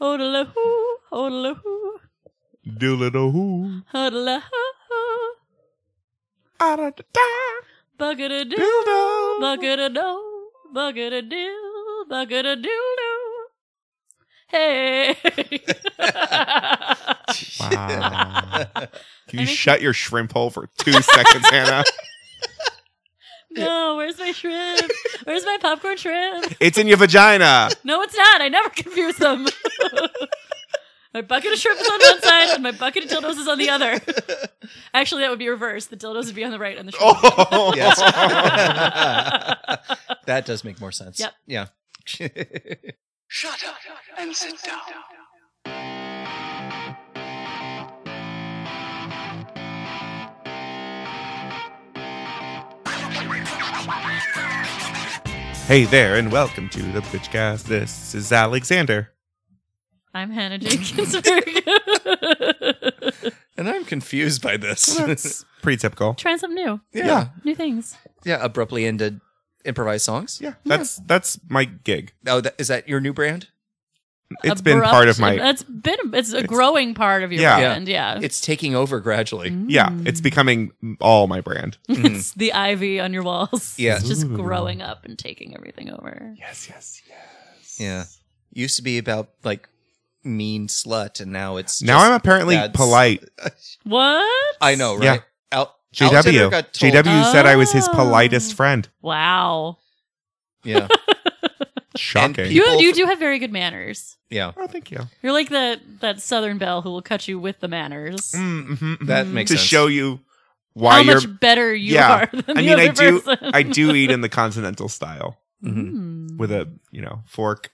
Hodala hoo, hodala hoo, Doolittle who? hodala hoo, hoo. Ah, da, da, da. bucket a doo, Dildo. bucket a do, bucket a dill, bucket a dildo. Hey! Wow. Can I you think- shut your shrimp hole for two seconds, Hannah? no, where's my shrimp? Where's my popcorn shrimp? It's in your vagina. No, it's not. I never confuse them. my bucket of shrimp is on one side, and my bucket of dildos is on the other. Actually, that would be reversed. The dildos would be on the right, and the shrimp. would be on the Oh. Yes. left. that does make more sense. Yep. Yeah. Shut up and sit down. Hey there, and welcome to the Bitchcast. This is Alexander. I'm Hannah Jenkinsberg. And I'm confused by this. Well, that's pretty typical. Trying something new, yeah. yeah. Yeah. new things. Abruptly ended improvised songs. Yeah, that's that's my gig. Oh, that, is that your new brand? It's been part of my. It's been. It's a It's- growing part of your Yeah. brand. Yeah. It's taking over gradually. Yeah, mm. Mm. it's becoming all my brand. it's the ivy on your walls. Yeah. It's just Ooh. growing up and taking everything over. Yes, yes, yes. Yeah. Used to be about like mean slut, and now it's Now just- I'm apparently that's- polite. What? I know, right? Yeah. Al- Alexander JW. got told- JW said I was his Oh. politest friend. Wow. Yeah. Shocking. people- You you do have very good manners. Yeah. oh, thank you. You're like that that Southern Belle who will cut you with the manners. Mm-hmm. That Mm. makes to sense. show you why How you're. much better you Yeah. are than I the mean, I other do- person. I do eat in the continental style Mhm. Mm. with a you know fork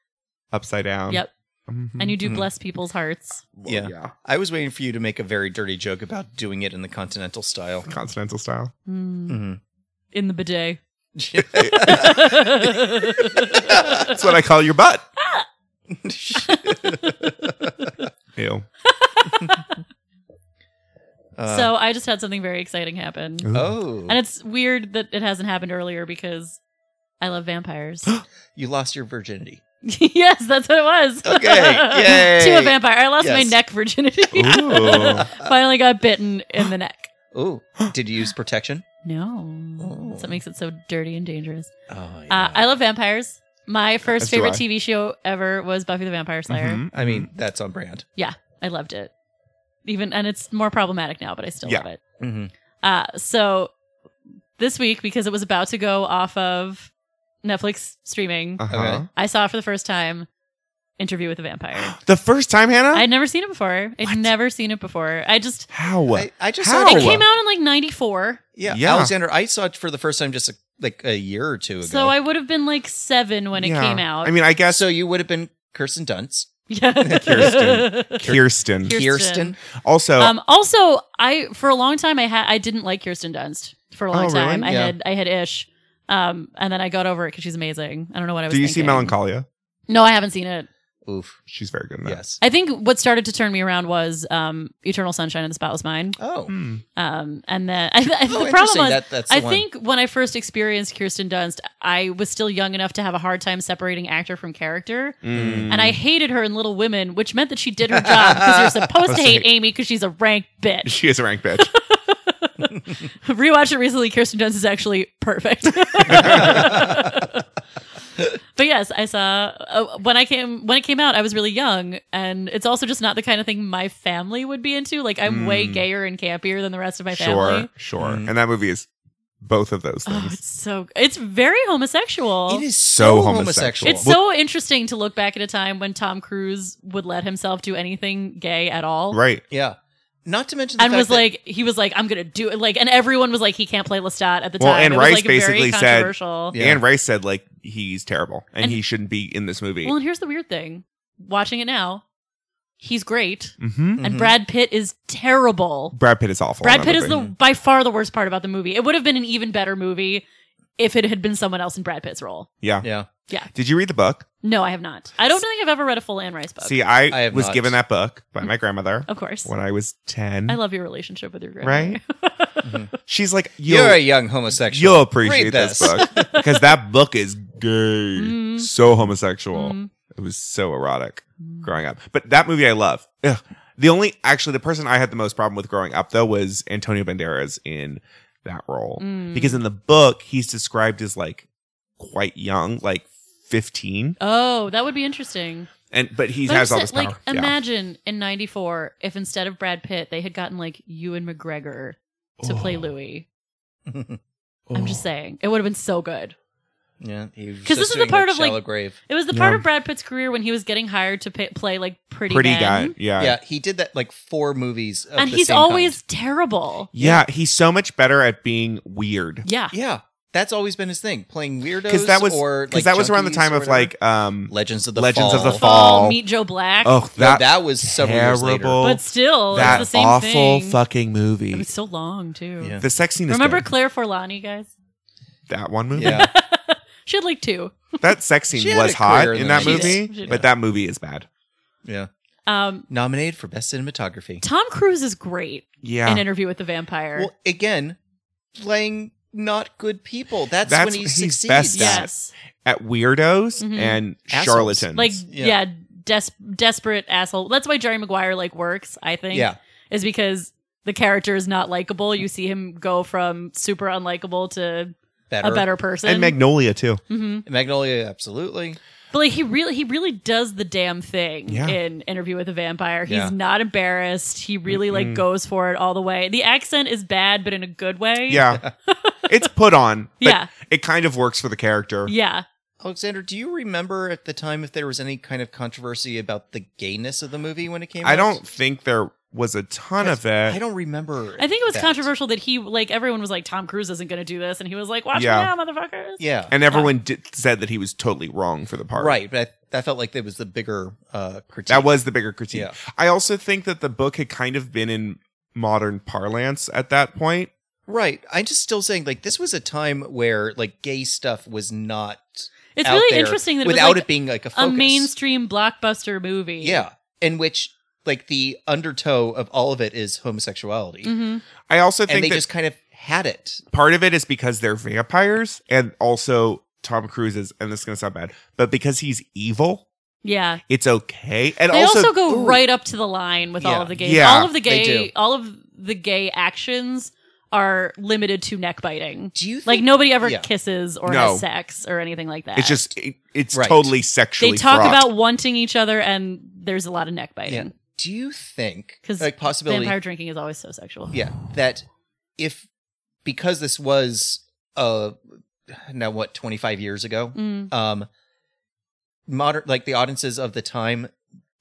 upside down. Yep. Mhm. And you do Mhm. bless people's hearts. Well, Yeah. I was waiting for you to make a very dirty joke about doing it in the continental style. continental style. Mm. Mhm. In the bidet. That's what I call your butt. Oh, Ew. Uh, so I just had something very exciting happen. Ooh. oh, And it's weird that it hasn't happened earlier because I love vampires. you lost your virginity. yes, that's what it was. Okay, yay. to a vampire. I lost my Yes. neck virginity. Ooh. Finally got bitten in the neck. Oh, did you use protection? No. Oh. That's what makes it so dirty and dangerous. Oh, Uh, I love vampires. My first As do favorite I. TV show ever was Buffy the Vampire Slayer. Mhm. I mean, that's on brand. I loved it. Even and it's more problematic now, but I still Yeah. love it. Mm-hmm. Uh, so this week, because it was about to go off of Netflix streaming, Uh-huh. Okay. I saw for the first time Interview with a Vampire. The first time, Hannah. I'd never seen it before. I'd What? never seen it before. I just How? I, I just How? saw it Oh. came out in like '94, Yeah, Yeah. Alexander, I saw it for the first time just like a year or two ago. so I would have been like seven when Yeah. it came out. I mean, I guess so you would have been Kirsten Dunst, yeah. Kirsten. Kirsten. Kirsten. Kirsten. Also, Um, also, I for a long time I had I didn't like Kirsten Dunst for a long Oh, really? time. I Yeah. had I had ish, um, and then I got over it because she's amazing. I don't know what I was. do you see thinking. Melancholia? No, I haven't seen it. Oof. She's very good in that. Yes. I think what started to turn me around was um, Eternal Sunshine of the Spotless Mind. Oh. Hmm. Um, and then I, I, Oh, the problem interesting. was, That, that's the I one. think when I first experienced Kirsten Dunst, I was still young enough to have a hard time separating actor from character. Mm. And I hated her in Little Women, which meant that she did her job because you're supposed to hate Amy because she's a rank bitch. She is a rank bitch. Rewatched it recently. Kirsten Dunst is actually perfect. but yes, I saw uh, when I came when it came out. I was really young, and it's also just not the kind of thing my family would be into. Like I'm way Mm. gayer and campier than the rest of my sure, family. sure. Mhm. And that movie is both of those Oh, things. it's so it's very homosexual. it is so, So homosexual. homosexual. It's so interesting to look back at a time when Tom Cruise would let himself do anything gay at all. right. yeah. Not to mention the And fact was that- like, he was like, I'm gonna do it. Like, and everyone was like, he can't play Lestat at the Well, time. and it was, Rice like, very basically said- controversial. Yeah. Anne Rice said like he's terrible and, And- he shouldn't be in this movie. Well, and here's the weird thing: watching it now, he's great, mm-hmm. and Mhm. Brad Pitt is terrible. Brad Pitt is awful. in Brad that Pitt is movie. the by far the worst part about the movie. It would have been an even better movie if it had been someone else in Brad Pitt's role. yeah. Yeah. Did you read the book? No, I have not. I don't think I've ever read a full Anne Rice book. See, I, I have was not. given that book by my grandmother of course. when I was ten. I love your relationship with your grandmother. right? She's like, You're you'll, a young homosexual. you'll appreciate Read this. this. book because that book is gay, Mm. so homosexual. Mm. It It was so erotic Mm-hmm. growing up. But that movie I love. Ugh. The only actually the person I had the most problem with growing up though was Antonio Banderas in that role. Mm. Because in the book he's described as like quite young, like 15 Oh, that would be interesting. and but he But has I'm all just- this power. Like, Yeah. imagine in '94 if instead of Brad Pitt, they had gotten like Ewan McGregor to play Oh. Louis. Oh. I'm just saying, it would have been so good. yeah, because this is the part of, like- shallow grave. It was the part Yeah. of Brad Pitt's career when he was getting hired to pay, play like pretty, pretty men. guy. Yeah. yeah. yeah, he did that like four movies, of and the he's same always terrible. he's so much better at being weird. Yeah, kind. yeah. That's always been his thing, playing weirdos. Cuz that was or cuz like, that was around the junkies time or of whatever. like um Legends of the Legends of Fall. the Fall, Fall. Meet Joe Black. oh No, that, that, was several years later. terrible. but still, that Oh, it's the same awful thing. fucking movie. It was so long too. Yeah. the sexiness. Remember guy. Claire Forlani, guys? that one movie? Yeah, She had like two. That sex She scene had was a career hot in in the that 90s. movie, She did. She did. but that movie is bad. yeah. Um, Nominated for best cinematography. Tom Cruise is great Yeah. in Interview with the Vampire. Well, again, playing not good people. That's, That's when he what he's succeeds. best at. yes, At weirdos Mhm. and Assholes. charlatans. like yeah, Yeah. des- desperate asshole. That's why Jerry Maguire like works. I think. Yeah, is because the character is not likable. You see him go from super unlikable to better. a better person. and Magnolia too. Mhm. Magnolia, absolutely. But like he really he really does the damn thing Yeah. in Interview with a Vampire. He's Yeah. not embarrassed. He really like Mm-mm. goes for it all the way. The accent is bad, but in a good way. Yeah. it's put on. But Yeah. It kind of works for the character. Yeah. Alexander, do you remember at the time if there was any kind of controversy about the gayness of the movie when it came out? I don't think there was a ton of it. I don't remember. I think it was that. controversial that he like everyone was like Tom Cruise isn't going to do this and he was like watch Yeah. me now motherfuckers. Yeah. and everyone did, said that he was totally wrong for the part. right. But I, that felt like that was the bigger uh, critique. That was the bigger critique. Yeah. I also think that the book had kind of been in modern parlance at that point. Right. I'm just still saying, like, this was a time where, like, gay stuff was not. It's out really there interesting that it without was like, it being like a a focus. mainstream blockbuster movie. Yeah. In which, like, the undertow of all of it is homosexuality. hmm I also think And they that just kind of had it. part of it is because they're vampires and also Tom Cruise is, and this is going to sound bad, but because he's evil, Yeah. it's okay. And they also, also, go ooh. right up to the line with all Yeah. of the gay. Yeah, all of the they gay. do. All of the gay actions are limited to neck biting. Do you think. Like nobody ever Yeah. kisses or No. has sex or anything like that. it's just, it, it's Right. totally they sexually talk fraught. about wanting each other, and there's a lot of neck biting. Yeah. Do you think. 'Cause Like, possibility. Vampire drinking is always so sexual. yeah that if because this was uh now what 25 years ago Mm. um modern like the audiences of the time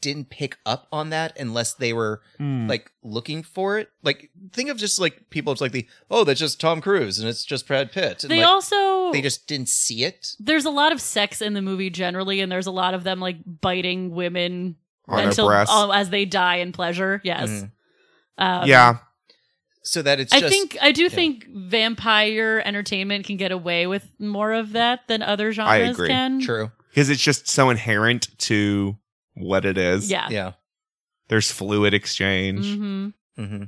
didn't pick up on that unless they were Mm. Hmm. like looking for it like think of just like people it's like the oh that's just tom cruise and it's just brad pitt and They like, also they just didn't see it there's a lot of sex in the movie generally, and there's a lot of them like biting women on until her breasts. oh, as they die in pleasure. Yes. Mhm. Um, yeah. so that it's I just think I do think vampire entertainment can get away with more of that than other genres agree. can. true Because it's just so inherent to what it is. Yeah. yeah There's fluid exchange. hmm hmm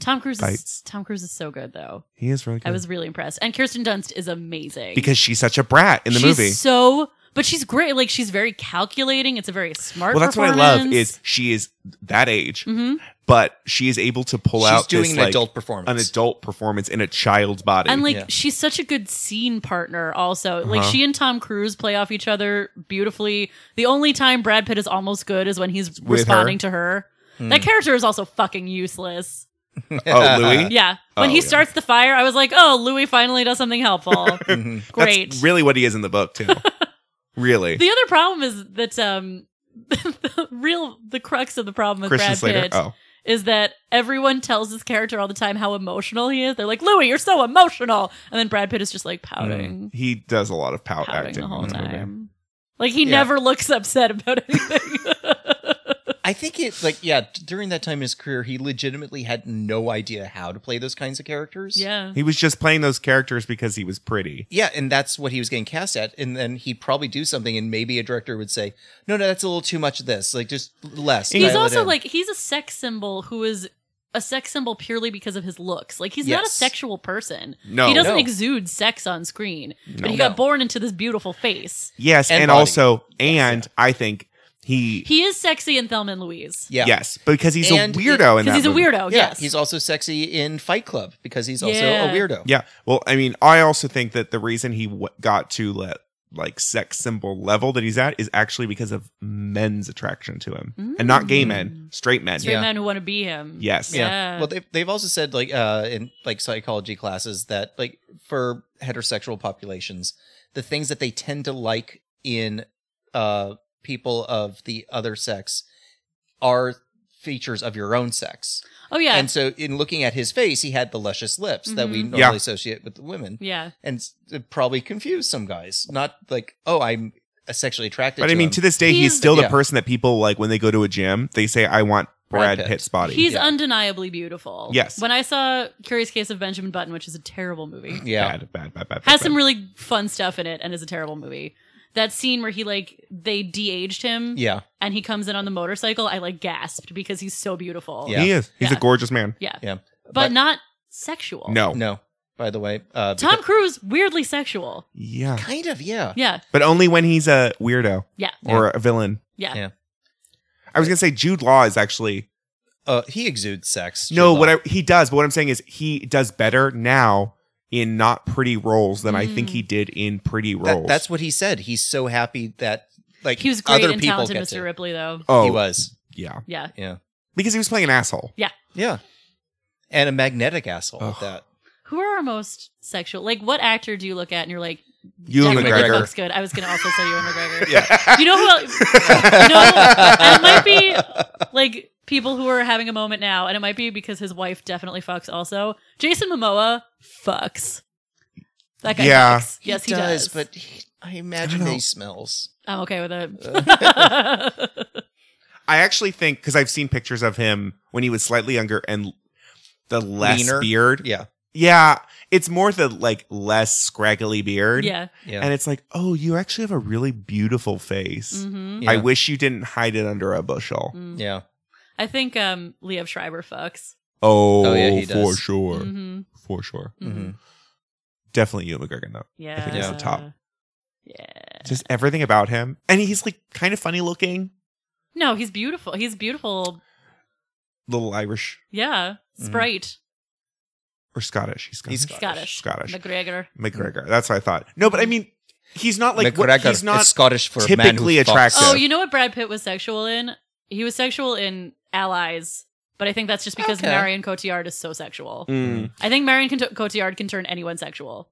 Tom Cruise is Bites. Tom Cruise is so good though. He is really good. I was really impressed, and Kirsten Dunst is amazing because she's such a brat in the she's movie. So, but she's great. Like she's very calculating. It's a very smart. Well, that's what I love is she is that age, hmm but she is able to pull she's out doing this, an like, adult performance an adult performance in a child's body. and like Yeah. she's such a good scene partner also like Uh-huh. she and tom cruise play off each other beautifully the only time brad pitt is almost good is when he's With responding her. to her Hmm. that character is also fucking useless oh, Louis? yeah when Oh, he yeah. starts the fire i was like oh louis finally does something helpful Mhm. great That's really what he is in the book too. really. the other problem is that um the real the crux of the problem with Christian brad Slater. pitt Oh. is that everyone tells this character all the time how emotional he is they're like louis you're so emotional and then brad pitt is just like pouting He does a lot of pout pouting acting the whole in this movie. time. Like he Yeah. never looks upset about anything. I think it like yeah, d- during that time in his career, he legitimately had no idea how to play those kinds of characters. yeah. He was just playing those characters because he was pretty. Yeah, and that's what he was getting cast at. And then he'd probably do something and maybe a director would say, No, no, that's a little too much of this. Like just less. He's dial it also in." like he's a sex symbol who is a sex symbol purely because of his looks. Like he's not a Yes. sexual person. No. he doesn't No. exude sex on screen. But No. he No. got born into this beautiful face. Yes, and, And body. also, and I think he, He is sexy in Thelma and Louise Yeah. yes, because he's And a he- weirdo in that. because he's a movie. weirdo. yeah. Oh, yes, He's also sexy in Fight Club because he's also Yeah. a weirdo. Yeah. Well, I mean, I also think that the reason he w- got to let like sex symbol level that he's at is actually because of men's attraction to him, and not gay men, straight men. Mm. straight Yeah. men who want to be him. Yes. Yeah. Yeah. Well, they've they've also said like uh in like psychology classes that like for heterosexual populations, the things that they tend to like in uh people of the other sex are features of your own sex. Oh yeah, And so in looking at his face, he had the luscious lips that we Mhm. normally Yeah. associate with women. yeah. And s- it probably confused some guys. Not like, oh, I'm uh, sexually attracted But to I mean, him. to this day, he's, He's- still the Yeah. person that people like when they go to a gym. They say, "I want Brad Brad Pitt. Pitt's body." He's Yeah. undeniably beautiful. Yes. When I saw Curious Case of Benjamin Button, which is a terrible movie, yeah. bad, bad, bad, bad. has bad, some bad. really fun stuff in it, and is a terrible movie. That scene where he like they de-aged him, Yeah. and he comes in on the motorcycle. I like gasped because he's so beautiful. Yeah. He is. He's Yeah. a gorgeous man. yeah. Yeah. But, not sexual. No. no, by the way. Uh, Tom because- Cruise weirdly sexual. Yeah. kind of, yeah. Yeah, But only when he's a weirdo yeah, or a villain. yeah. Yeah. I was gonna say Jude Law is actually Uh, he exudes sex. No, Jude what Law. I, he does, but what I'm saying is he does better now in not pretty roles than I think Mm. he did in pretty That- roles. that's what he said. He's so happy that like He was great other and people talented, get Mr. to- Ripley, though. oh, He was, yeah, Yeah, because he was playing an asshole. yeah, and a magnetic asshole Ugh. at that. who are our most sexual? Like, what actor do you look at and you're like, Ewan Jack McGregor. looks good? I was gonna also say Ewan McGregor. Yeah, You know who? else- You know, and it might be like people who are having a moment now, and it might be because his wife definitely fucks. Also, Jason Momoa fucks. That guy. Yeah. fucks. Yes, he, does. but he, I imagine I that know. he smells. I'm okay with it. I actually think because I've seen pictures of him when he was slightly younger and the less Leaner. beard. Yeah, Yeah, it's more the like less scraggly beard. yeah. yeah. and it's like, oh, you actually have a really beautiful face. hmm yeah. I wish you didn't hide it under a bushel. Mm. yeah. Mm-hmm. I think um, Liev Schreiber fucks. Oh, Oh, yeah, he for does. sure, Mhm. for sure. mm-hmm. Mhm. Definitely you, McGregor, though. Yeah. think he's the top. Yeah. Just everything about him. And he's like kind of funny looking. No, he's beautiful. He's beautiful. Little Irish Yeah. Mm-hmm. Mhm. Sprite. or Scottish. He's Scottish. He's Scottish. Mm. Scottish. McGregor. McGregor. That's what I thought. No, but I mean, he's not like what, McGregor he's not is Scottish for a man who typically fucks. attractive. Oh, you know what Brad Pitt was sexual in? He was sexual in Allies, but I think that's just because Okay. Marion Cotillard is so sexual. Mm, I think Marion Cot- Cotillard can turn anyone sexual.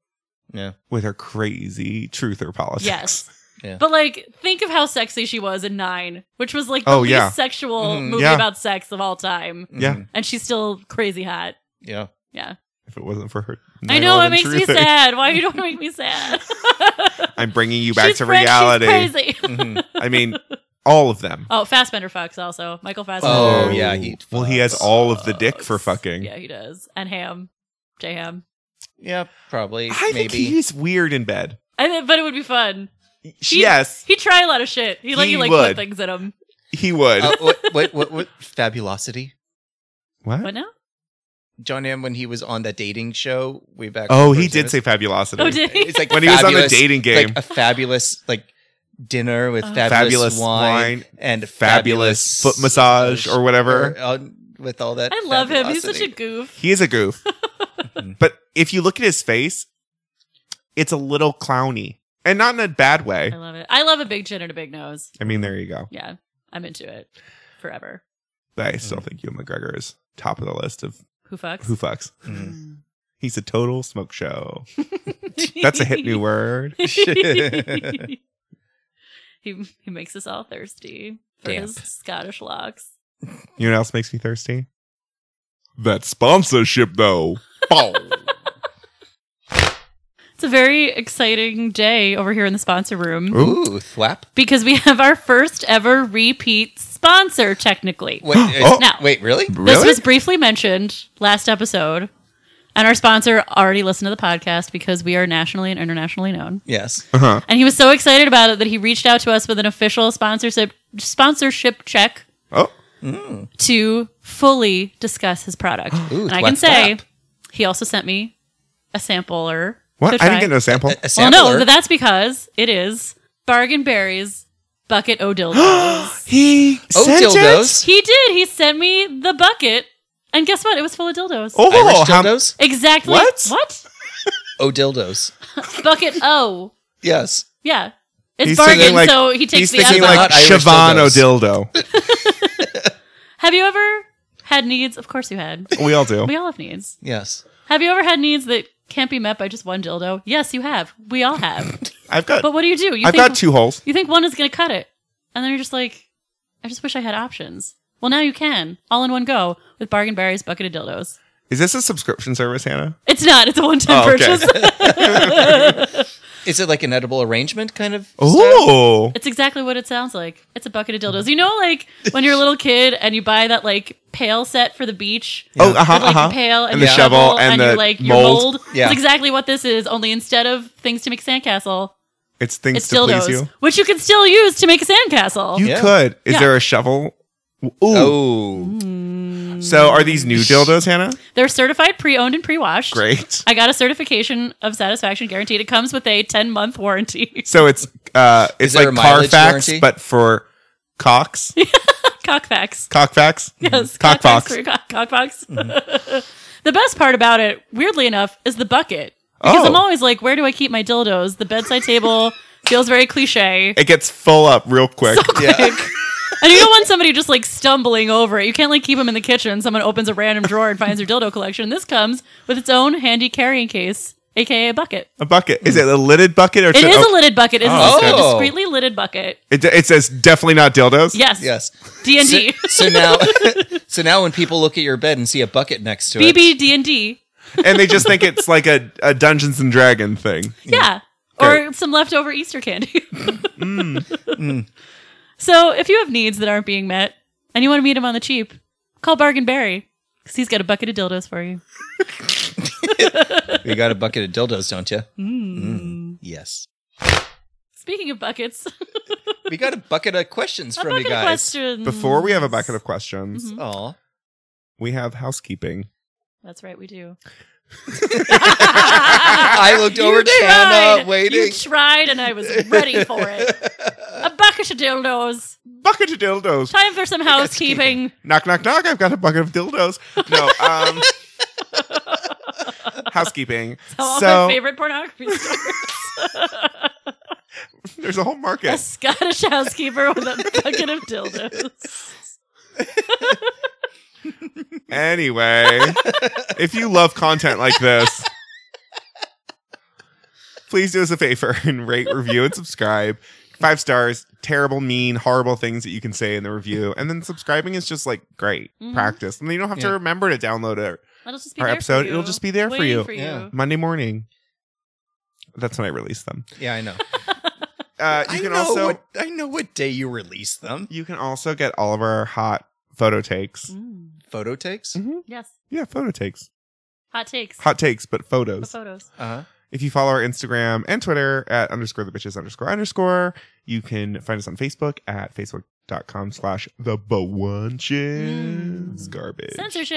with her crazy truther politics. Yes. Yeah. But like, think of how sexy she was in Nine, which was like the Oh, least yeah. Mm-hmm. sexual Mm, movie yeah. about sex of all time, Yeah. Mhm. and she's still crazy hot. yeah. Yeah, If it wasn't for her. I know it 9/11 makes me truther. sad. Why you don't make me sad? I'm bringing you back She's to French, she's reality. crazy. Mhm. I mean, all of them. Oh, Fassbender fucks also. Michael Fassbender. Oh, yeah, he well, he has fucks. all of the dick for Fucks. fucking. Yeah, he does. And Ham, J Ham. yeah, probably. I think maybe. he's weird in bed. I think, but it would be fun. He- yes, He'd try a lot of shit. He like He he like put would. things at him. he would. uh, what, what, what, what? Fabulosity. what? What now? John Hamm when he was on that dating show way back. Oh, when he did first- say fabulosity. Oh, did he? It's like when he was on the fabulous- dating game. like a fabulous like dinner with Oh. fabulous, wine, and fabulous, foot massage or whatever. or, uh, with all that. I love him. He's such a fabulosity. goof. he is a goof. but if you look at his face, it's a little clowny. And not in a bad way. I love it. I love a big chin and a big nose. I mean, there you go. Yeah, I'm into it forever. But I still think Ewan McGregor is top of the list of Who fucks? who fucks. Mm. He's a total smoke show. That's a hip new word. he he makes us all thirsty for Damp. his Scottish locks. You know what else makes me thirsty? That sponsorship, though. Bow. It's a very exciting day over here in the sponsor room Mm. Ooh, thwap. because we have our first ever repeat sponsor, technically. Wait, Oh. Now- uh, wait, really? This really? was briefly mentioned last episode, and our sponsor already listened to the podcast because we are nationally and internationally known. Yes. Uh-huh. And he was so excited about it that he reached out to us with an official sponsorship sponsorship check Oh, Mm. to fully discuss his product. Ooh, and I clap, can say clap. he also sent me a sampler. to What? I try. didn't get no sample. A- a Well, no, sampler. but that's because it is Bargain Berries Bucket O'Dildos. he Oh, sent it? dildos. he did. He sent me the bucket, and guess what? It was full of dildos. Oh, Irish how- dildos? Exactly. What? What? Oh, dildos. Bucket O. Yes. Yeah. It's He's bargain, thinking like- so he he's takes me out thinking of like, like Not Irish Siobhan dildos. O'Dildo. Have you ever had needs? Of course you had. We all do. We all have needs. Yes. Have you ever had needs that can't be met by just one dildo? Yes, you have. We all have. I've got But what do you do? You I've got two holes. You think one is going to cut it. And then you're just like, I just wish I had options. Well, now you can, all in one go, with Bargain Barry's Bucket of Dildos. Is this a subscription service, Hannah? It's not, it's a one time Oh, okay. purchase. Is it like an edible arrangement kind of? stuff? Oh, it's exactly what it sounds like. It's a bucket of dildos. You know, like when you're a little kid and you buy that like pail set for the beach? oh, uh huh, With, uh like huh. the pail and, And the shovel and your, the like mold. your mold. Yeah. It's exactly what this is, only instead of things to make sandcastle, It's things it's to please dildos, you. which you can still use to make a sandcastle. You Yeah. could. Is Yeah. there a shovel? Ooh. Oh. Mm. So are these new dildos, Hannah? They're certified pre-owned and pre-washed. Great. I got a certification of satisfaction guaranteed. It comes with a 10-month warranty. So it's uh, it's there like a mileage Carfax, warranty? but for cocks, Cockfax. cockfax, Yes, cockfox. for your cock- Cockfox. Mm-hmm. the best part about it, weirdly enough, is the bucket. Because Oh. I'm always like, where do I keep my dildos? The bedside table feels very cliche. It gets full up real quick. Yeah. And you don't want somebody just like stumbling over it. You can't like keep them in the kitchen. Someone opens a random drawer and finds your dildo collection. This comes with its own handy carrying case, aka a bucket. a bucket. Is it a lidded bucket or It to- is oh, a lidded bucket. It's Oh, a okay. discreetly lidded bucket. It, it says definitely not dildos. Yes. Yes. D and So, D. so now, so now when people look at your bed and see a bucket next to it, BB D and D. and they just think it's like a, a Dungeons and Dragon thing. Yeah. Great. Or some leftover Easter candy. Mm. So if you have needs that aren't being met and you want to meet him on the cheap, call Bargain Barry because he's got a bucket of dildos for you. you got a bucket of dildos, don't you? Hmm. Mm. Yes. Speaking of buckets, We got a bucket of questions a from you bucket of guys. questions. Before we have a bucket of questions, Mhm. Oh. we have housekeeping. That's right, we do. I I looked over at Shanna, waiting. You tried, and I was ready for it. A bucket of dildos. Bucket of dildos. Time for some housekeeping. Knock, knock, knock. I've got a bucket of dildos. No, um, housekeeping. All So my favorite pornography stores. there's a whole a market. Scottish housekeeper with a bucket of dildos. Anyway, if you love content like this, please do us a favor and rate, review, and subscribe. Five stars, terrible, mean, horrible things that you can say in the review. And then subscribing is just like great Mhm. practice. And then you don't have to Mm-hmm. Yeah. remember to download it It'll just be our there for episode. you. It'll just be there for Waiting you. For you. Yeah. Monday morning. That's when I release them. Yeah, I know. Uh, you I can know also what, I know what day you release them. you can also get all of our hot photo takes. Mm. Photo takes. Mhm. Yes. Yeah, photo takes. Hot takes. Hot takes, but The photos. photos. Uh-huh. If you follow our Instagram and Twitter at underscore the bitches underscore underscore, you can find us on Facebook at facebook.com slash the bunches Mm. garbage. Censorship.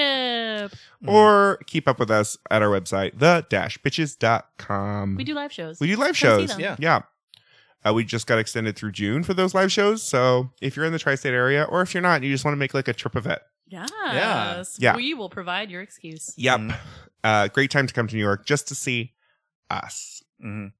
Mm-hmm. Or keep up with us at our website, the dash bitches.com. We do live shows. we do live Come see shows. them. Yeah. Yeah. Uh, we just got extended through June for those live shows. So if you're in the tri state area or if you're not, you just want to make like a trip of it. Yes. Yeah. We will provide your excuse. Yep. Mhm. Uh, great time to come to New York just to see us. Mhm.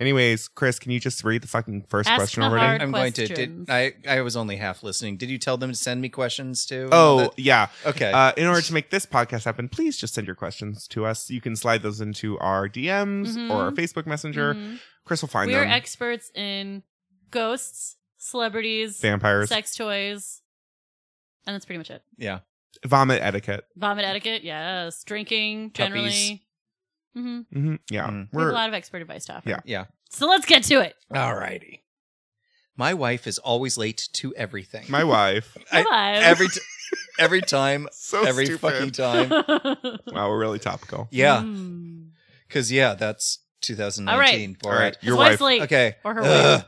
Anyways, Chris, can you just read the fucking first Ask question the already? hard- I'm going to. Did, Questions. I I was only half listening. Did you tell them to send me questions too? and all Oh, that? yeah. okay. Uh, in order to make this podcast happen, please just send your questions to us. You can slide those into our DMs Mhm. or our Facebook Messenger. Mhm. Chris will find We are them. experts in ghosts, celebrities, Vampires, sex toys, and that's pretty much it. yeah. vomit etiquette. Vomit etiquette, yes. Drinking, generally. hmm hmm Yeah, Mhm. We have a we're lot of expert advice to offer. Yeah. Yeah. So let's get to it. All righty. My wife is always late to everything. my wife. I- Bye. every t- every time, So every stupid. fucking time. Wow, we're really topical. Yeah, Mm. because yeah, that's 2019. All right. All right, His your wife's wife. late. Okay. Or her Ugh.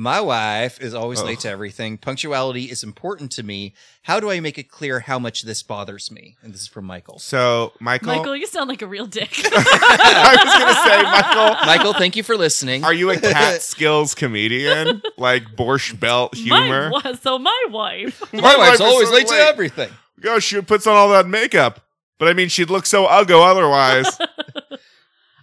My wife is always Ugh. late to everything. Punctuality is important to me. How do I make it clear how much this bothers me? And this is from Michael. So, Michael, Michael, you sound like a real dick. I was going to say, Michael, Michael, thank you for listening. are you a cat skills comedian? Like Borscht Belt My, humor? wa- so my wife. My wife's wife is always so late to late. everything. Uh, Gosh, she puts on all that makeup. But I mean, she'd look so uggo otherwise.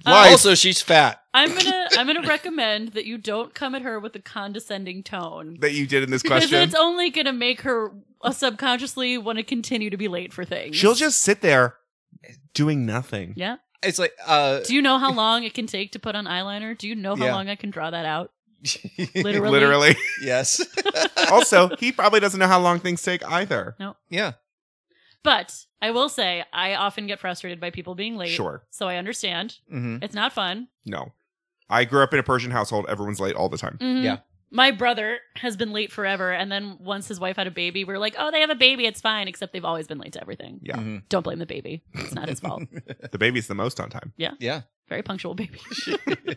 Life. Also, she's fat. I'm gonna I'm gonna recommend that you don't come at her with a condescending tone. that you did in this Because question. it's only gonna make her uh, subconsciously want to continue to be late for things. She'll just sit there doing nothing. Yeah. It's like, uh, Do you know how long it can take to put on eyeliner? Do you know how Yeah. long I can draw that out? Literally. Literally. yes. also, he probably doesn't know how long things take either. yeah. But I will say I often get frustrated by people being late. Sure. So I understand. Mm-hmm. It's not fun. No. I grew up in a Persian household. Everyone's late all the time. Mhm. Yeah. My brother has been late forever, and then once his wife had a baby, we were like, "Oh, they have a baby, it's fine." Except they've always been late to everything. Yeah. Mm-hmm. Don't blame the baby; it's not his fault. The baby's the most on time. Yeah. Very punctual baby.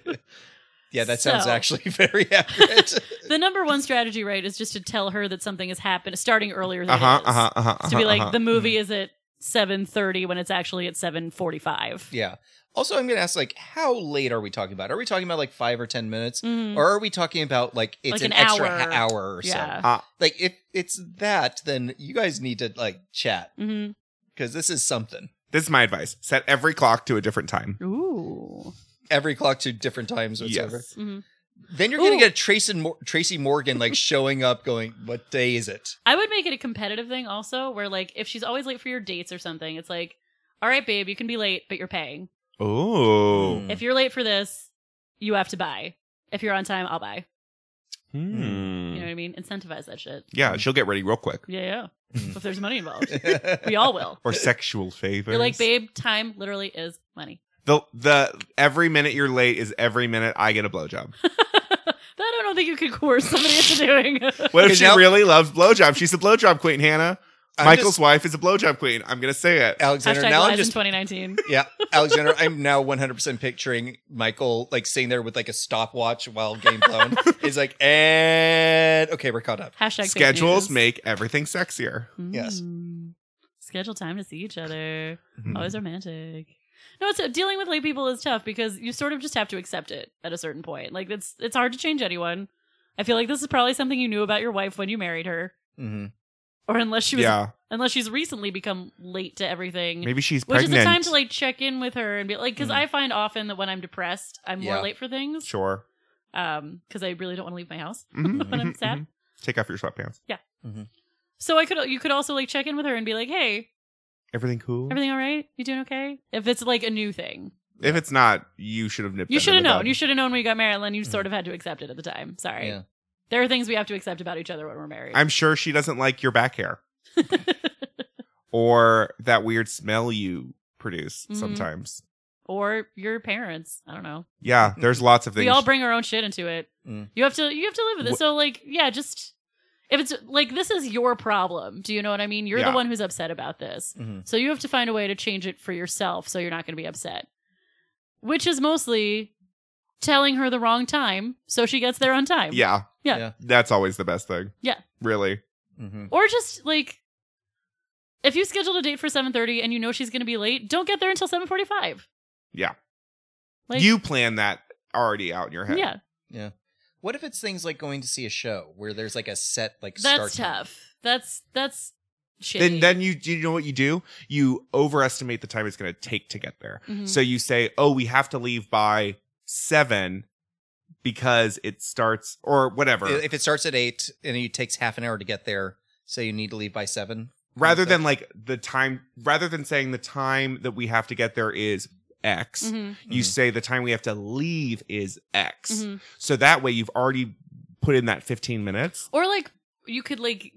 yeah, that sounds So- actually very accurate. the number one strategy, right, is just to tell her that something has happened, starting earlier than Uh it huh. is. Uh-huh, Uh huh. Uh huh. It's to be like, the movie Mm-hmm. is at seven thirty when it's actually at seven forty-five. yeah. Also, I'm going to ask, like, how late are we talking about? Are we talking about like five or 10 minutes? Mm-hmm. Or are we talking about like it's Like an, an extra hour. ha- hour or Yeah. so? Like, if it's that, then you guys need to like chat Mhm. because this is something. This is my advice: set every clock to a different time. Ooh. Every clock to different times, whatsoever. Yes. Mhm. Then you're going Ooh. to get Tracy, Mor- Tracy Morgan like showing up going, What day is it? I would make it a competitive thing also, where like if she's always late for your dates or something, it's like, all right, babe, you can be late, but you're paying. Oh. Mm. If you're late for this, you have to buy. If you're on time, I'll buy. Mm. Hmm. You know what I mean? Incentivize that shit. Yeah, she'll get ready real quick. Yeah, yeah. Mm. if there's money involved, we all will. Or sexual favors. You're like, babe, time literally is money. The the every minute you're late is every minute I get a blowjob. that I don't think you could coerce somebody into doing. What if Is she now- really loves blowjob? She's a blowjob queen, Hannah. I'm Michael's just- wife is a blowjob queen. I'm gonna say it. Alexander, Hashtag now I'm lies just in 2019. Yeah, Alexander, I'm now 100% picturing Michael like sitting there with like a stopwatch while game blown. He's like, and okay, we're caught up. Hashtag fake news. Schedules make everything sexier. Yes. Mm. Schedule time to see each other. Mhm. Always Oh, Hmm. romantic. No, it's dealing with late people is tough because you sort of just have to accept it at a certain point. Like it's it's hard to change anyone. I feel like this is probably something you knew about your wife when you married her, Mm-hmm. or unless she was yeah, unless she's recently become late to everything, maybe she's which pregnant. Hmm. is a time to like check in with her and be like, because Mhm. I find often that when I'm depressed, I'm Yeah. more late for things, Sure. um, because I really don't want to leave my house Mhm, when I'm mhm, sad. mhm. Take off your sweatpants. So I could you could also like check in with her and be like, hey, Everything cool. everything all right? You doing okay? If it's like a new thing. If it's not, you should have nipped. You that Hmm. should in have the known. bud. You should have known when you got married, and then you Mhm. sort of had to accept it at the time. Sorry. Yeah. There are things we have to accept about each other when we're married. I'm sure she doesn't like your back hair or that weird smell you produce Mhm. sometimes. or your parents. I don't know. Yeah, there's lots of things. We all bring our own shit into it. Mm. You have to you have to live with it. Wh- so like, yeah, just if it's like this is your problem. Do you know what I mean? You're Yeah. the one who's upset about this. Mhm. So you have to find a way to change it for yourself so you're not going to be upset. Which is mostly telling her the wrong time so she gets there on time. yeah, Yeah. Yeah. That's always the best thing. Yeah. Really. Mm-hmm. Or just like if you scheduled a date for 7:30 and you know she's going to be late, don't get there until 7:45. Yeah. Like you plan that already out in your head. Yeah, What if it's things like going to see a show where there's like a set like that's start time? tough. That's that's shitty. Then then you you know what you do? You overestimate the time it's going to take to get there. Mhm. So you say, "Oh, we have to leave by 7 because it starts or whatever." If it starts at eight and it takes half an hour to get there, so you need to leave by seven. rather Like than like the time rather than saying the time that we have to get there is x Mhm, you Mhm. say the time we have to leave is x mhm. so that way you've already put in that 15 minutes Or like you could like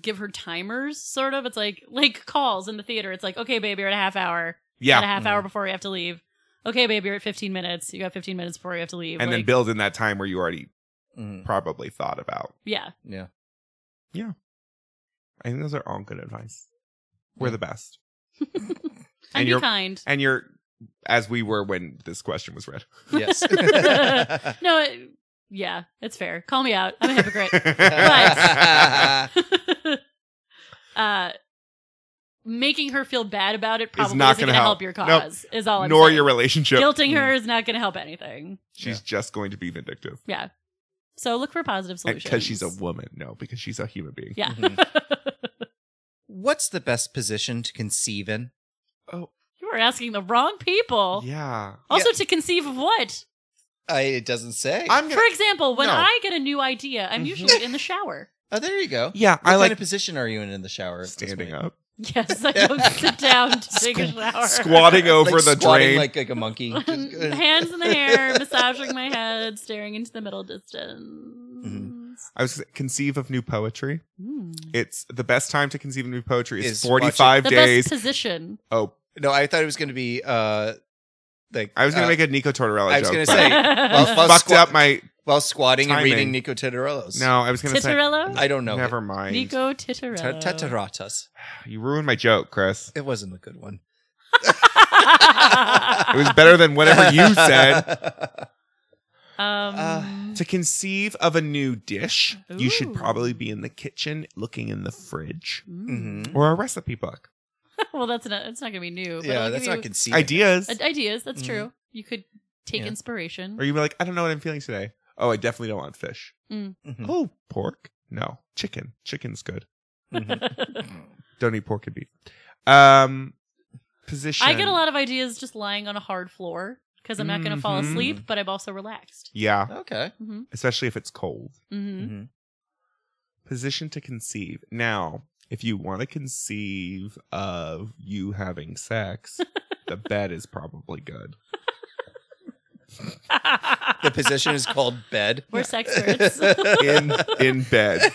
give her timers, sort of. It's like like calls in the theater. It's like, okay, babe, you're at a half hour. yeah Mm-hmm. At a half hour before we have to leave. Okay, babe, you're at 15 minutes. You got 15 minutes before you have to leave. and then Like, build in that time where you already Mhm. probably thought about yeah. Yeah. i think those are all good advice we're the best And, be you're- kind. and you're as we were when this question was read Yes. No, it- yeah, it's fair. Call me out. I'm a hypocrite. But- uh, making her feel bad about it probably not isn't going gonna to help. help. your Nope. cause. Is all I'm Nor saying. your relationship. guilting her is not going to help anything. She's just going to be vindictive. So look for positive solutions Because she's a woman. No, because she's a Mm-hmm. human being. yeah. What's the best position to conceive in? Oh, you are asking the wrong people. yeah. Also, to conceive of what? I, it doesn't say. I'm For gonna. example, when No. I get a new idea, I'm Mhm. usually in the shower. oh, there you go. Yeah, What I kind like of position are you in in the shower? at this standing point? up, Yes, I don't sit down to take a shower. squatting over Like the squatting drain. like, like a monkey. Just- uh, Hands in the hair, massaging my head, staring into the middle distance. I was gonna say, conceive of new poetry. Mm-hmm. Mm. It's the best time to conceive of new poetry is, Is watching- 45 The days. best position. oh, No, I thought it was going to be uh, like I was gonna uh, make a Nico Tortorella I was joke. gonna but say, well, you fuck fucked squat- up my. while squatting and Timing. reading Nico Todorello's. No, I was gonna say. Titterello? I don't know. Never mind. Nico Ta- Titterello. Tataratas. You ruined my joke, Chris. It wasn't a good one. It was better than whatever you said. Uh, Um, To conceive of a new dish, you should Ooh. probably be in the kitchen looking in the fridge mm. Mhm. or a recipe book. well, that's not. It's not going to be new. but Yeah, it'll that's give not you conceiving. Ideas. i- Ideas. That's Mhm. true. You could take Yeah. inspiration. Or you'd be like, I don't know what I'm feeling today. Oh, I definitely don't want fish. Mhm. Oh, pork? No. Chicken. Chicken's good. Mhm. Don't eat pork and beef. Um position. I get a lot of ideas just lying on a hard floor because I'm not going to fall Mm-hmm. Mhm. asleep, but I'm also relaxed. Yeah. okay. Especially if it's cold. hmm Mhm. Position to conceive. Now, if you want to conceive of you having sex, the bed is probably good. Mm. The position is called bed. We're sex experts. In in bed.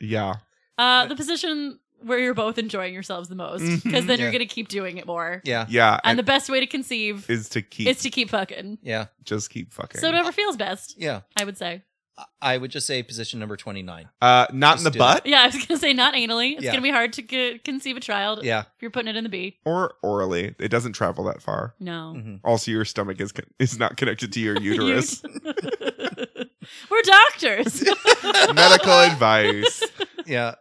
Yeah. uh, the position where you're both enjoying yourselves the most because Mhm. then Mm-hmm. Yeah. you're going to keep doing it more. yeah. Yeah. And the best way to conceive is to keep is to keep fucking. Yeah. just keep fucking. So whatever feels best, Yeah. I would say. I- I would just say position number 29. uh not in Just the do butt Yeah, I was gonna say not anally. It's Yeah. gonna be hard to c- conceive a child Yeah. if you're putting it in the B. or orally. It doesn't travel that far. No. Mhm. Also your stomach is con- is not connected to your You- uterus. We're doctors. Medical advice. Yeah.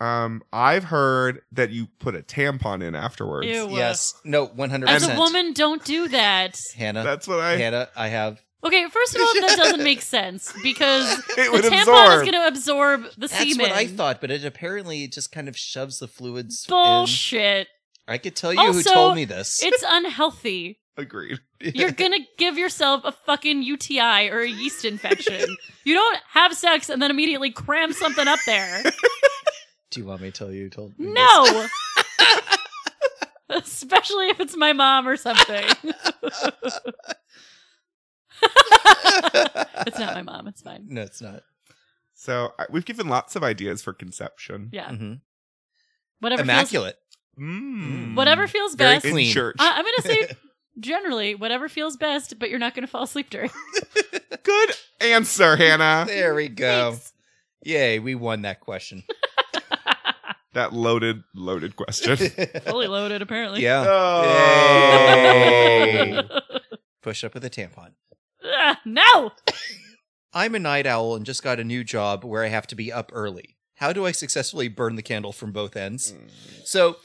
Um I've heard that you put a tampon in afterwards. Ew. Yes. No, 100%. As a woman, don't do that. Hannah. That's what I Hannah, I have. Okay, first of all, that doesn't make sense because it the would tampon absorb. is gonna absorb the That's semen. what I thought, but it apparently just kind of shoves the fluids Bullshit. in. I could tell you who Also, told me this. It's unhealthy. Agreed. You're gonna give yourself a fucking UTI or a yeast infection. You don't have sex and then immediately cram something up there. Do you want me to tell you who told me this? No. Especially if it's my mom or something. it's not my mom. It's fine. No, it's not. So I, we've given lots of ideas for conception. Yeah. Mhm. Whatever. Feels, Immaculate. Mm. whatever Uh, feels Very best. in clean. church. I, I'm gonna say generally whatever feels best, but you're not gonna fall asleep during. Good answer, Hannah. There we go. Thanks. Yay, we won that question. That loaded, loaded question. Fully loaded, apparently. yeah. Oh. Push up with a tampon. Ah, no. I'm a night owl and just got a new job where I have to be up early. How do I successfully burn the candle from both ends? Mm. So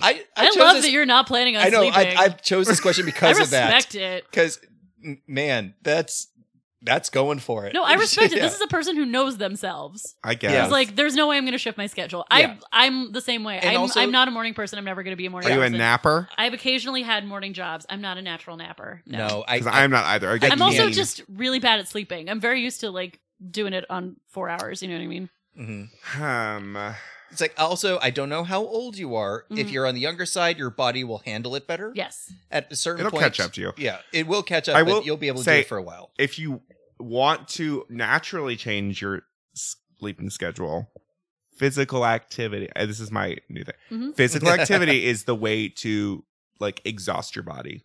I I, I, chose love this- that you're not planning on I know I, sleeping. I chose this question because I of that. respect it. Because man, that's that's going for it. No, I respect it. Yeah. This is a person who knows themselves. I guess. Yeah. It's like there's no way I'm going to shift my schedule. Yeah. I I'm the same way. And I'm, also- I'm not a morning person. I'm never going to be a morning. Are you a person. napper? I've occasionally had morning jobs. I'm not a natural napper. No. no, I, Because I'm not either. I get I'm also mean. just really bad at sleeping. I'm very used to like doing it on four hours. You know what I mean? Mhm. Um, It's like also I don't know how old you are. If Mhm. you're on the younger side, your body will handle it better. Yes. At a certain it'll point, catch up to you. Yeah, it will catch up. I but will you'll be able to say- do it for a while. If you want to naturally change your sleeping schedule, physical activity. uh, This is my new thing. Mhm. Physical activity is the way to like exhaust your body.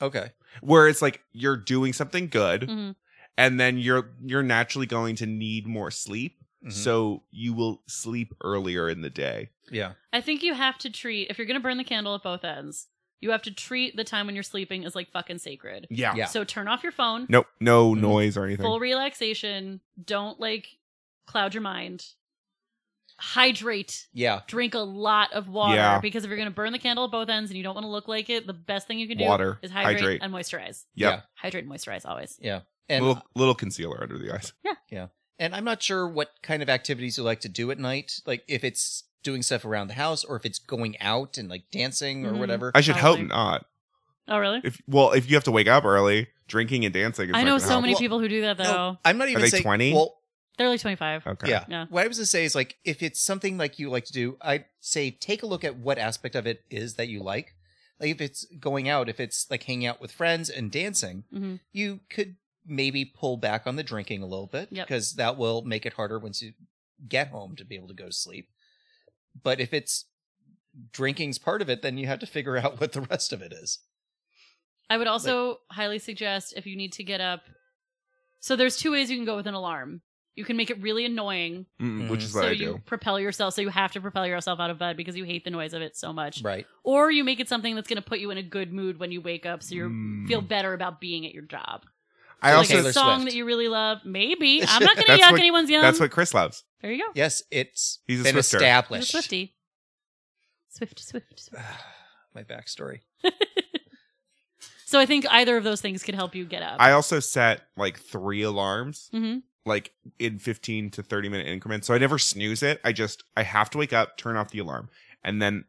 Okay. Where it's like you're doing something good, Mhm. and then you're you're naturally going to need more sleep. Mhm. So you will sleep earlier in the day. yeah. I think you have to treat if you're going to burn the candle at both ends. You have to treat the time when you're sleeping as like fucking sacred. Yeah. Mm-hmm. Yeah. So turn off your phone. Nope. No Mhm. noise or anything. Full relaxation. Don't like cloud your mind. Hydrate. Yeah. Drink a lot of water Yeah. because if you're going to burn the candle at both ends and you don't want to look like it, the best thing you can do Water. is hydrate, Hydrate. and moisturize. Yep. Hydrate and moisturize always. And little little concealer under the eyes. and I'm not sure what kind of activities you like to do at night. Like if it's doing stuff around the house or if it's going out and like dancing or Mhm. whatever. I should Probably. hope not. Oh, really? If well, if you have to wake up early, drinking and dancing. Is I not know gonna so help. many Well, people who do that though. No, I'm not even they saying 20? Well, They're like 25. Okay. yeah. Yeah. What I was gonna say is like if it's something like you like to do, I'd say take a look at what aspect of it is that you like. Like if it's going out, if it's like hanging out with friends and dancing, Mhm. you could maybe pull back on the drinking a little bit Yep. because that will make it harder once you get home to be able to go to sleep. But if it's drinking's part of it, then you have to figure out what the rest of it is. I would also highly suggest if you need to get up. So there's two ways you can go with an alarm. You can make it really annoying, Mm, which is so what I you do. propel yourself, so you have to propel yourself out of bed because you hate the noise of it so much. Right. Or you make it something that's going to put you in a good mood when you wake up, so you Mm. feel better about being at your job. I like also a Taylor song Swift. that you really love, maybe. I'm not going to That's yuck what- anyone's yum. that's what Chris loves. there you go. Yes, it's He's a been Swifter. You're a established. Swifty. Swift, Swift, Swift. My backstory. So I think either of those things could help you get up. I also set like three alarms, Mhm. like in 15 to 30 minute increments. So I never snooze it. I just I have to wake up, turn off the alarm, and then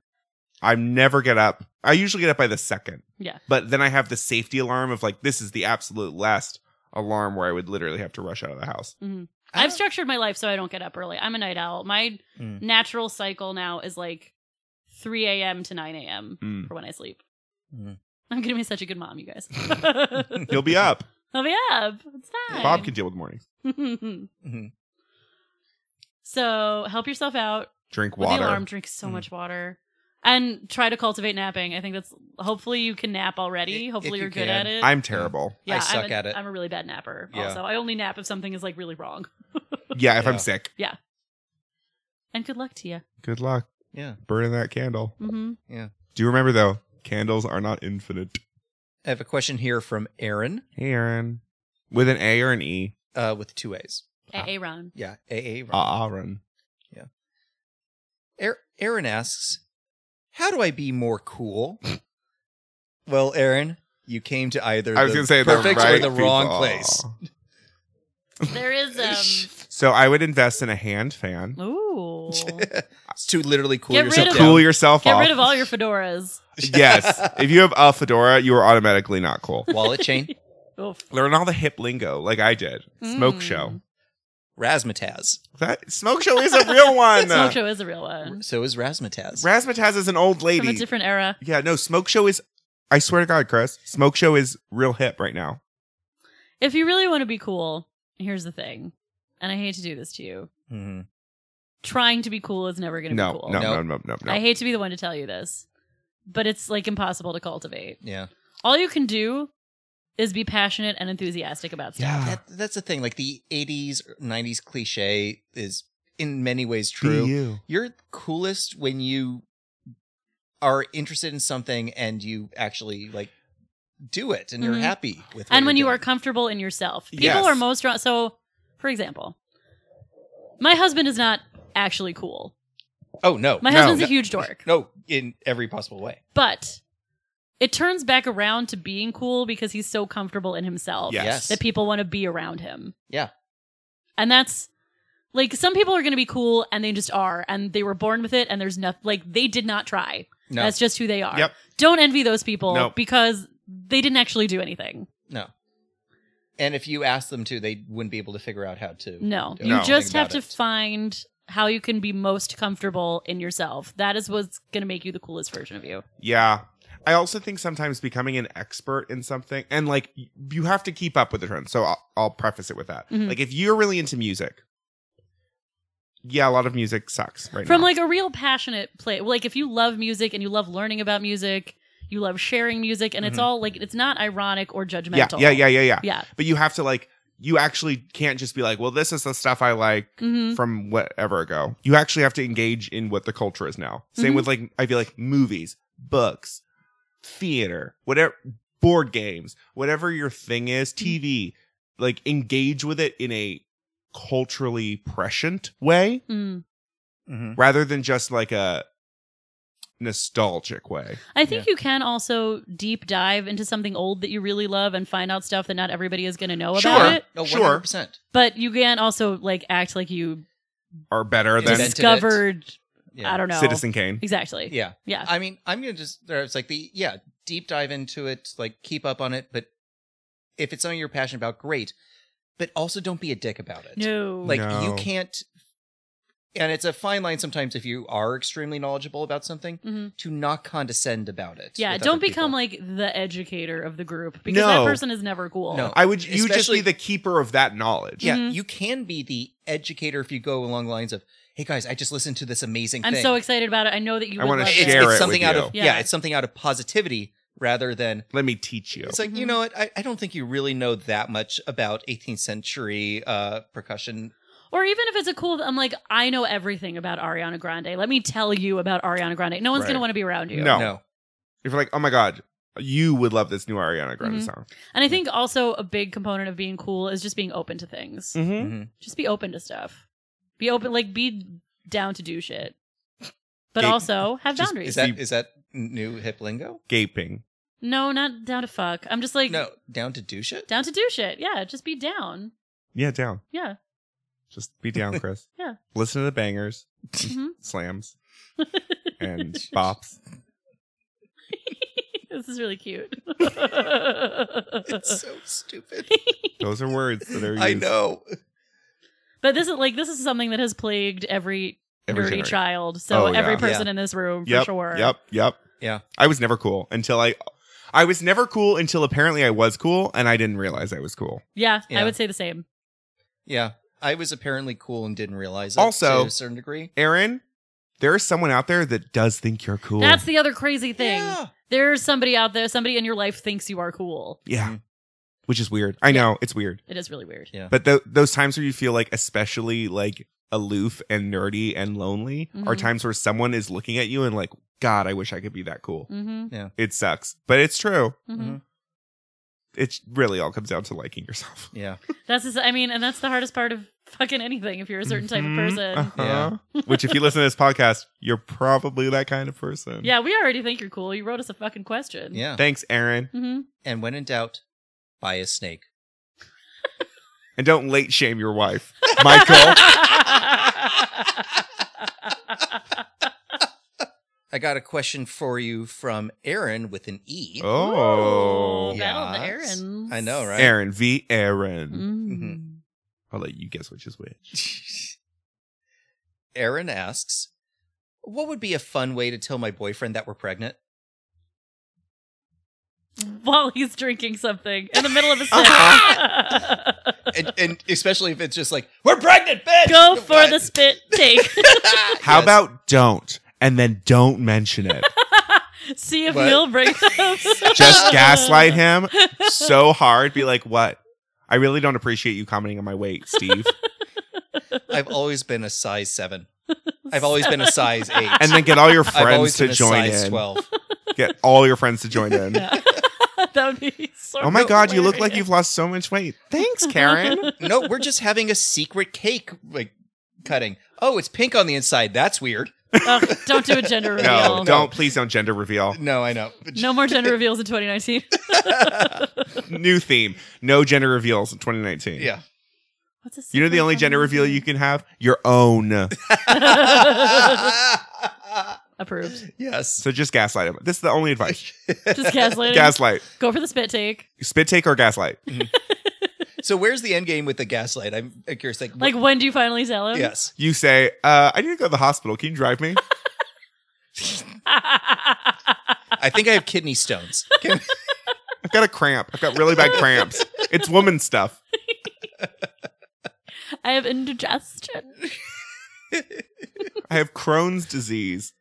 I never get up. I usually get up by the second. Yeah. But then I have the safety alarm of like this is the absolute last alarm where I would literally have to rush out of the house. I I've don't- structured my life so I don't get up early. I'm a night owl. My Mm. natural cycle now is like 3 a.m. to 9 a.m. Mm. for when I sleep. Mm. I'm gonna be such a good mom, you guys. He'll be up. I'll be up. It's time. Bob can deal with mornings. Mhm. so help yourself out Drink with water. the alarm. Drink so Mm. much water. And try to cultivate napping. I think that's hopefully you can nap already. If- hopefully if you're you good at can. it. I'm terrible. yeah, I I'm suck a- at it. I'm a really bad napper. Yeah. Also, I only nap if something is like really wrong. Yeah, if Yeah. I'm sick. And good luck to you. Good luck Yeah. burning that candle. Mm-hmm. Do you remember though, candles are not infinite. I have a question here from Aaron Hey, Aaron. With an A or an E? uh, with two A's. Ah. Aaron. Yeah, A A. Uh, Aaron. Aar- Aaron asks, "How do I be more cool?" well, Aaron, you came to either I was the going to say perfect the right or the wrong people. place. There is um. So I would invest in a hand fan Ooh. It's to literally cool Get yourself rid of- down. cool yourself Get off. rid of all your fedoras. yes. If you have a fedora, you are automatically not cool. Wallet chain, Oof. Learn all the hip lingo like I did. Smoke Mm. show. razzmatazz. That smoke show is a real one. Smoke show is a real one. So is razzmatazz. Razzmatazz is an old From a lady. different era. yeah, no, smoke show is I swear to God, Chris, smoke show is real hip right now. If you really want to be cool, here's the thing. And I hate to do this to you. Mhm. Trying to be cool is never going to No, be cool. no, no, Nope. no, no, I no. hate to be the one to tell you this, but it's like impossible to cultivate. Yeah, All you can do is be passionate and enthusiastic about stuff. Yeah. that, that's the thing. Like the '80s, '90s cliche is in many ways Be true. you. You're coolest when you are interested in something and you actually like do it and Mhm. you're happy with what and when you you're are comfortable in yourself people Yes. are most drawn so for example my husband is not actually cool Oh no. my No. husband's a No. huge dork no, in every possible way. but it turns back around to being cool because he's so comfortable in himself Yes. Yes. that people want to be around him Yeah. and that's like some people are going to be cool and they just are and they were born with it and there's nothing like they did not try No. that's just who they are Yep. don't envy those people Nope. because they didn't actually do anything no. And if you ask them to, they wouldn't be able to figure out how to. No, do you anything just have about to it. find how you can be most comfortable in yourself. That is what's going to make you the coolest version of you. Yeah. I also think sometimes becoming an expert in something and like y- you have to keep up with the trend. So I'll, I'll preface it with that. Mhm. Like if you're really into music, yeah, a lot of music sucks right From now. like a real passionate play. Like if you love music and you love learning about music, you love sharing music and it's Mhm. all like it's not ironic or Mm-hmm. yeah, judgmental. yeah, yeah, yeah, yeah. Yeah. But you have to like you actually can't just be like, well, this is the stuff I like Mhm. from whatever ago. You actually have to engage in what the culture is now. Same Mhm. with like I feel like movies, books, theater, whatever board games, whatever your thing is, TV, like engage with it in a culturally prescient way Mm. Mm-hmm. rather than just like a nostalgic way. I think you can also deep dive into something old that you really love and find out stuff that not everybody is going to know about Sure. it. No, Sure. 100%. But you can also like act like you Or better Invented than it. discovered. Yeah. I don't know. Citizen Kane. Exactly. Yeah. Yeah. I mean, I'm going to just, there's like the, yeah, deep dive into it, like keep up on it. But if it's something you're passionate about, great. But also don't be a dick about it. No. Like No. you can't, and it's a fine line sometimes if you are extremely knowledgeable about something Mhm. to not condescend about it. Yeah, with don't other become people. like the educator of the group because that No. person is never cool. No. I would you just Especially- be the keeper of that knowledge. Yeah, Mhm. you can be the educator if you go along the lines of, "Hey guys, I just listened to this amazing I'm thing." so excited about it. I know that you I would wanna love it's, it. share it's it something with out you. of yeah. Yeah. it's something out of positivity rather than Let me teach you. it's like you Mhm. know what I, I don't think you really know that much about 18th century uh, percussion. Or even if it's a cool, I'm like, I know everything about Ariana Grande. Let me tell you about Ariana Grande. No one's going to Right. want to be around you. No. No, If you're like, oh my god, you would love this new Ariana Grande Mhm. song. And I think also a big component of being cool is just being open to things. Mm-hmm. Mhm. Just be open to stuff. Be open, like, be down to do shit. But Gate- also have just- boundaries. is that is that new hip lingo? Gaping. no, not down to fuck. I'm just like, No, down to douche it. down to do shit. Yeah, just be down. Yeah, down. Yeah. Just be down, Chris. Yeah. Listen to the bangers, hmm slams, and bops. this is really cute. It's so stupid. Those are words that are used I know. but this is like this is something that has plagued every, every nerdy generation. child. So Oh, yeah. every person in this room for Yep. sure. Yep. Yep. Yeah. I was never cool until I. I was never cool until apparently I was cool, and I didn't realize I was cool. Yeah, I Yeah. would say the same. Yeah, I was apparently cool and didn't realize it. Also- to a certain degree. Aaron, there is someone out there that does think you're cool. That's the other crazy thing. Yeah. There's somebody out there, somebody in your life thinks you are cool. yeah, Mhm. which is weird. I know it's weird, It is really weird. Yeah. but tho- those times where you feel like especially like aloof and nerdy and lonely are Mhm. times where someone is looking at you and like, God, I wish I could be that cool. Mm-hmm. It sucks, but it's true. hmm Mhm. It really all comes down to liking yourself. Yeah. That's just, I mean, and that's the hardest part of fucking anything. If you're a certain type of Mhm. Mm-hmm. person, Ah, Uh-huh. Which, if you listen to this podcast, you're probably that kind of person. yeah, we already think you're cool. You wrote us a fucking question. Yeah. Thanks, Aaron. hmm And when in doubt, buy a snake. And don't late shame your wife, Michael. I got a question for you from Aaron with an E. Oh, oh. battle of the Yes. errands. I know, right? Aaron v. Aaron. Mm. I'll let you guess which is which. Aaron asks, "What would be a fun way to tell my boyfriend that we're pregnant?" While he's drinking something in the middle of a sip. Uh-huh. And, and especially if it's just like, "We're pregnant, bitch." Go for What? the spit take. How Yes. about don't? And then don't mention it. See if What? Will brings up. Just gaslight him so hard. Be like, what? I really don't appreciate you commenting on my weight, Steve. I've always been a size seven. I've always been a size eight. And then get all your I've always friends to been a join size in. twelve. Get all your friends to join in. Yeah. that would be so Oh my God, you look like you've lost so much weight. Thanks, Karen. no, we're just having a secret cake like cutting. Oh, it's pink on the inside. That's weird. Ugh, don't do a gender reveal. no, No, don't. Please don't gender reveal. No, I know. more gender reveals in 2019. New theme. No gender reveals in 2019. yeah. What's this? You know the only gender reveal you can have? Your own. approved. yes. So just gaslight him. This is the only advice. Just gaslighting. gaslight. Go for the spit take. Spit take or gaslight. So where's the end game with the gaslight? I'm curious. Like, Like, when do you finally sell him? yes. You say, uh, I need to go to the hospital. Can you drive me? I think I have kidney stones. Can- I've got a cramp. I've got really bad cramps. It's woman stuff. I have indigestion. I have Crohn's disease.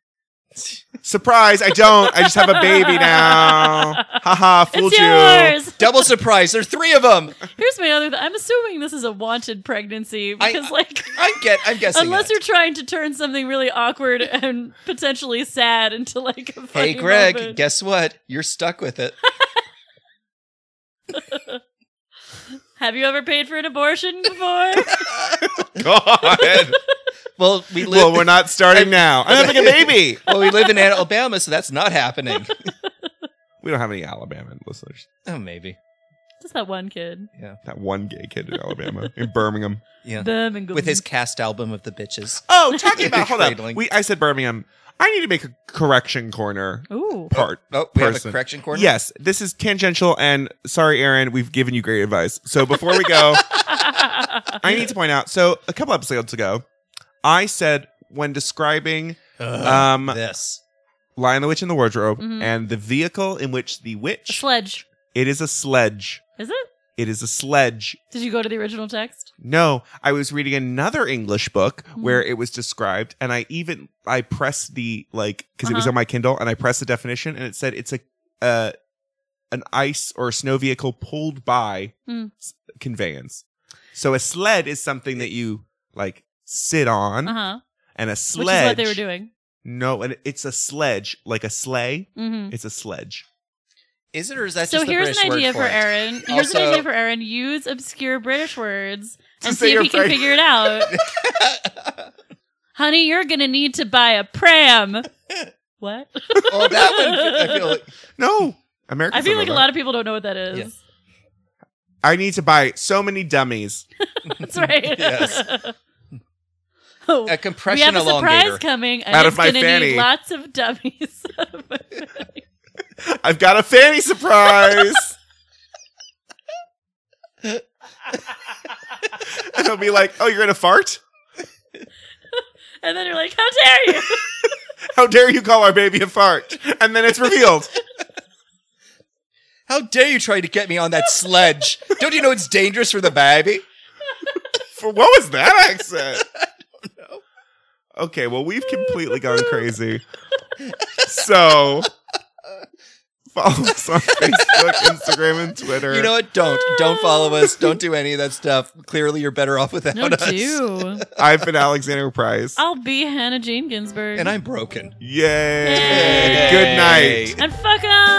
Surprise! I don't. I just have a baby now. Haha! Fooled it's you. yours. Double surprise. There are three of them. Here's my other. Th- I'm assuming this is a wanted pregnancy I- because, like, I get. I'm guessing. unless that. you're trying to turn something really awkward and potentially sad into like a funny Hey, Greg. moment. Guess what? You're stuck with it. Have you ever paid for an abortion before? God. Well, we live. well, we're not starting now. I'm having a baby. well, we live in Alabama, so that's not happening. We don't have any Alabama listeners. Oh, maybe. Just that one kid. That one gay kid in Alabama, in Birmingham. Yeah. Birmingham. With his cast album of the bitches. Oh, talking about hold up. Cradling. We I said Birmingham. I need to make a correction corner Ooh. part. Oh, we have a Person. correction corner. Yes, this is tangential, and sorry, Aaron, we've given you great advice. So before we go, I need to point out. So a couple episodes ago, I said when describing Ugh, um, this. Lion the Witch in the Wardrobe Mhm. and the vehicle in which the A witch, sledge. it is a sledge. Is it? It is a sledge. Did you go to the original text? No, I was reading another English book Mhm. where it was described, and I even I pressed the like because it was Uh-huh. on my Kindle, and I pressed the definition, and it said it's a uh, an ice or a snow vehicle pulled by Mm. s- conveyance. So a sled is something that you like sit on, Uh huh. and a Which Mm-hmm. sledge. is what they were doing. No, and it's a sledge, like a sleigh. hmm It's a sledge. Is it or is that So just the here's British an idea word for, for it? Aaron. Here's an Also- idea for Aaron. Use obscure British words To and see say if you're he can preg- figure it out. Honey, you're gonna need to buy a pram. what? oh, that one. I feel like, No, American. I feel like a lot of people don't know what that is. I need to buy so many dummies. That's right. Yes. oh, a we have compression a surprise elongator. coming, and Out of it's my gonna fanny. need lots of dummies. I've got a fanny surprise. and he'll be like, "Oh, you're gonna fart? and then you're like, "How dare you!" How dare you call our baby a fart?" And then it's revealed. How dare you try to get me on that sledge? Don't you know it's dangerous for the baby? For what was that accent? I don't know. Okay, well, we've completely gone crazy. So follow us on Facebook, Instagram, and Twitter. You know what? Don't don't follow us. Don't do any of that stuff. Clearly, you're better off without No, us. do. I've been Alexander Price. I'll be Hannah Jane Ginsburg. And I'm broken. Yay! Yay. Good night. and fuck 'em!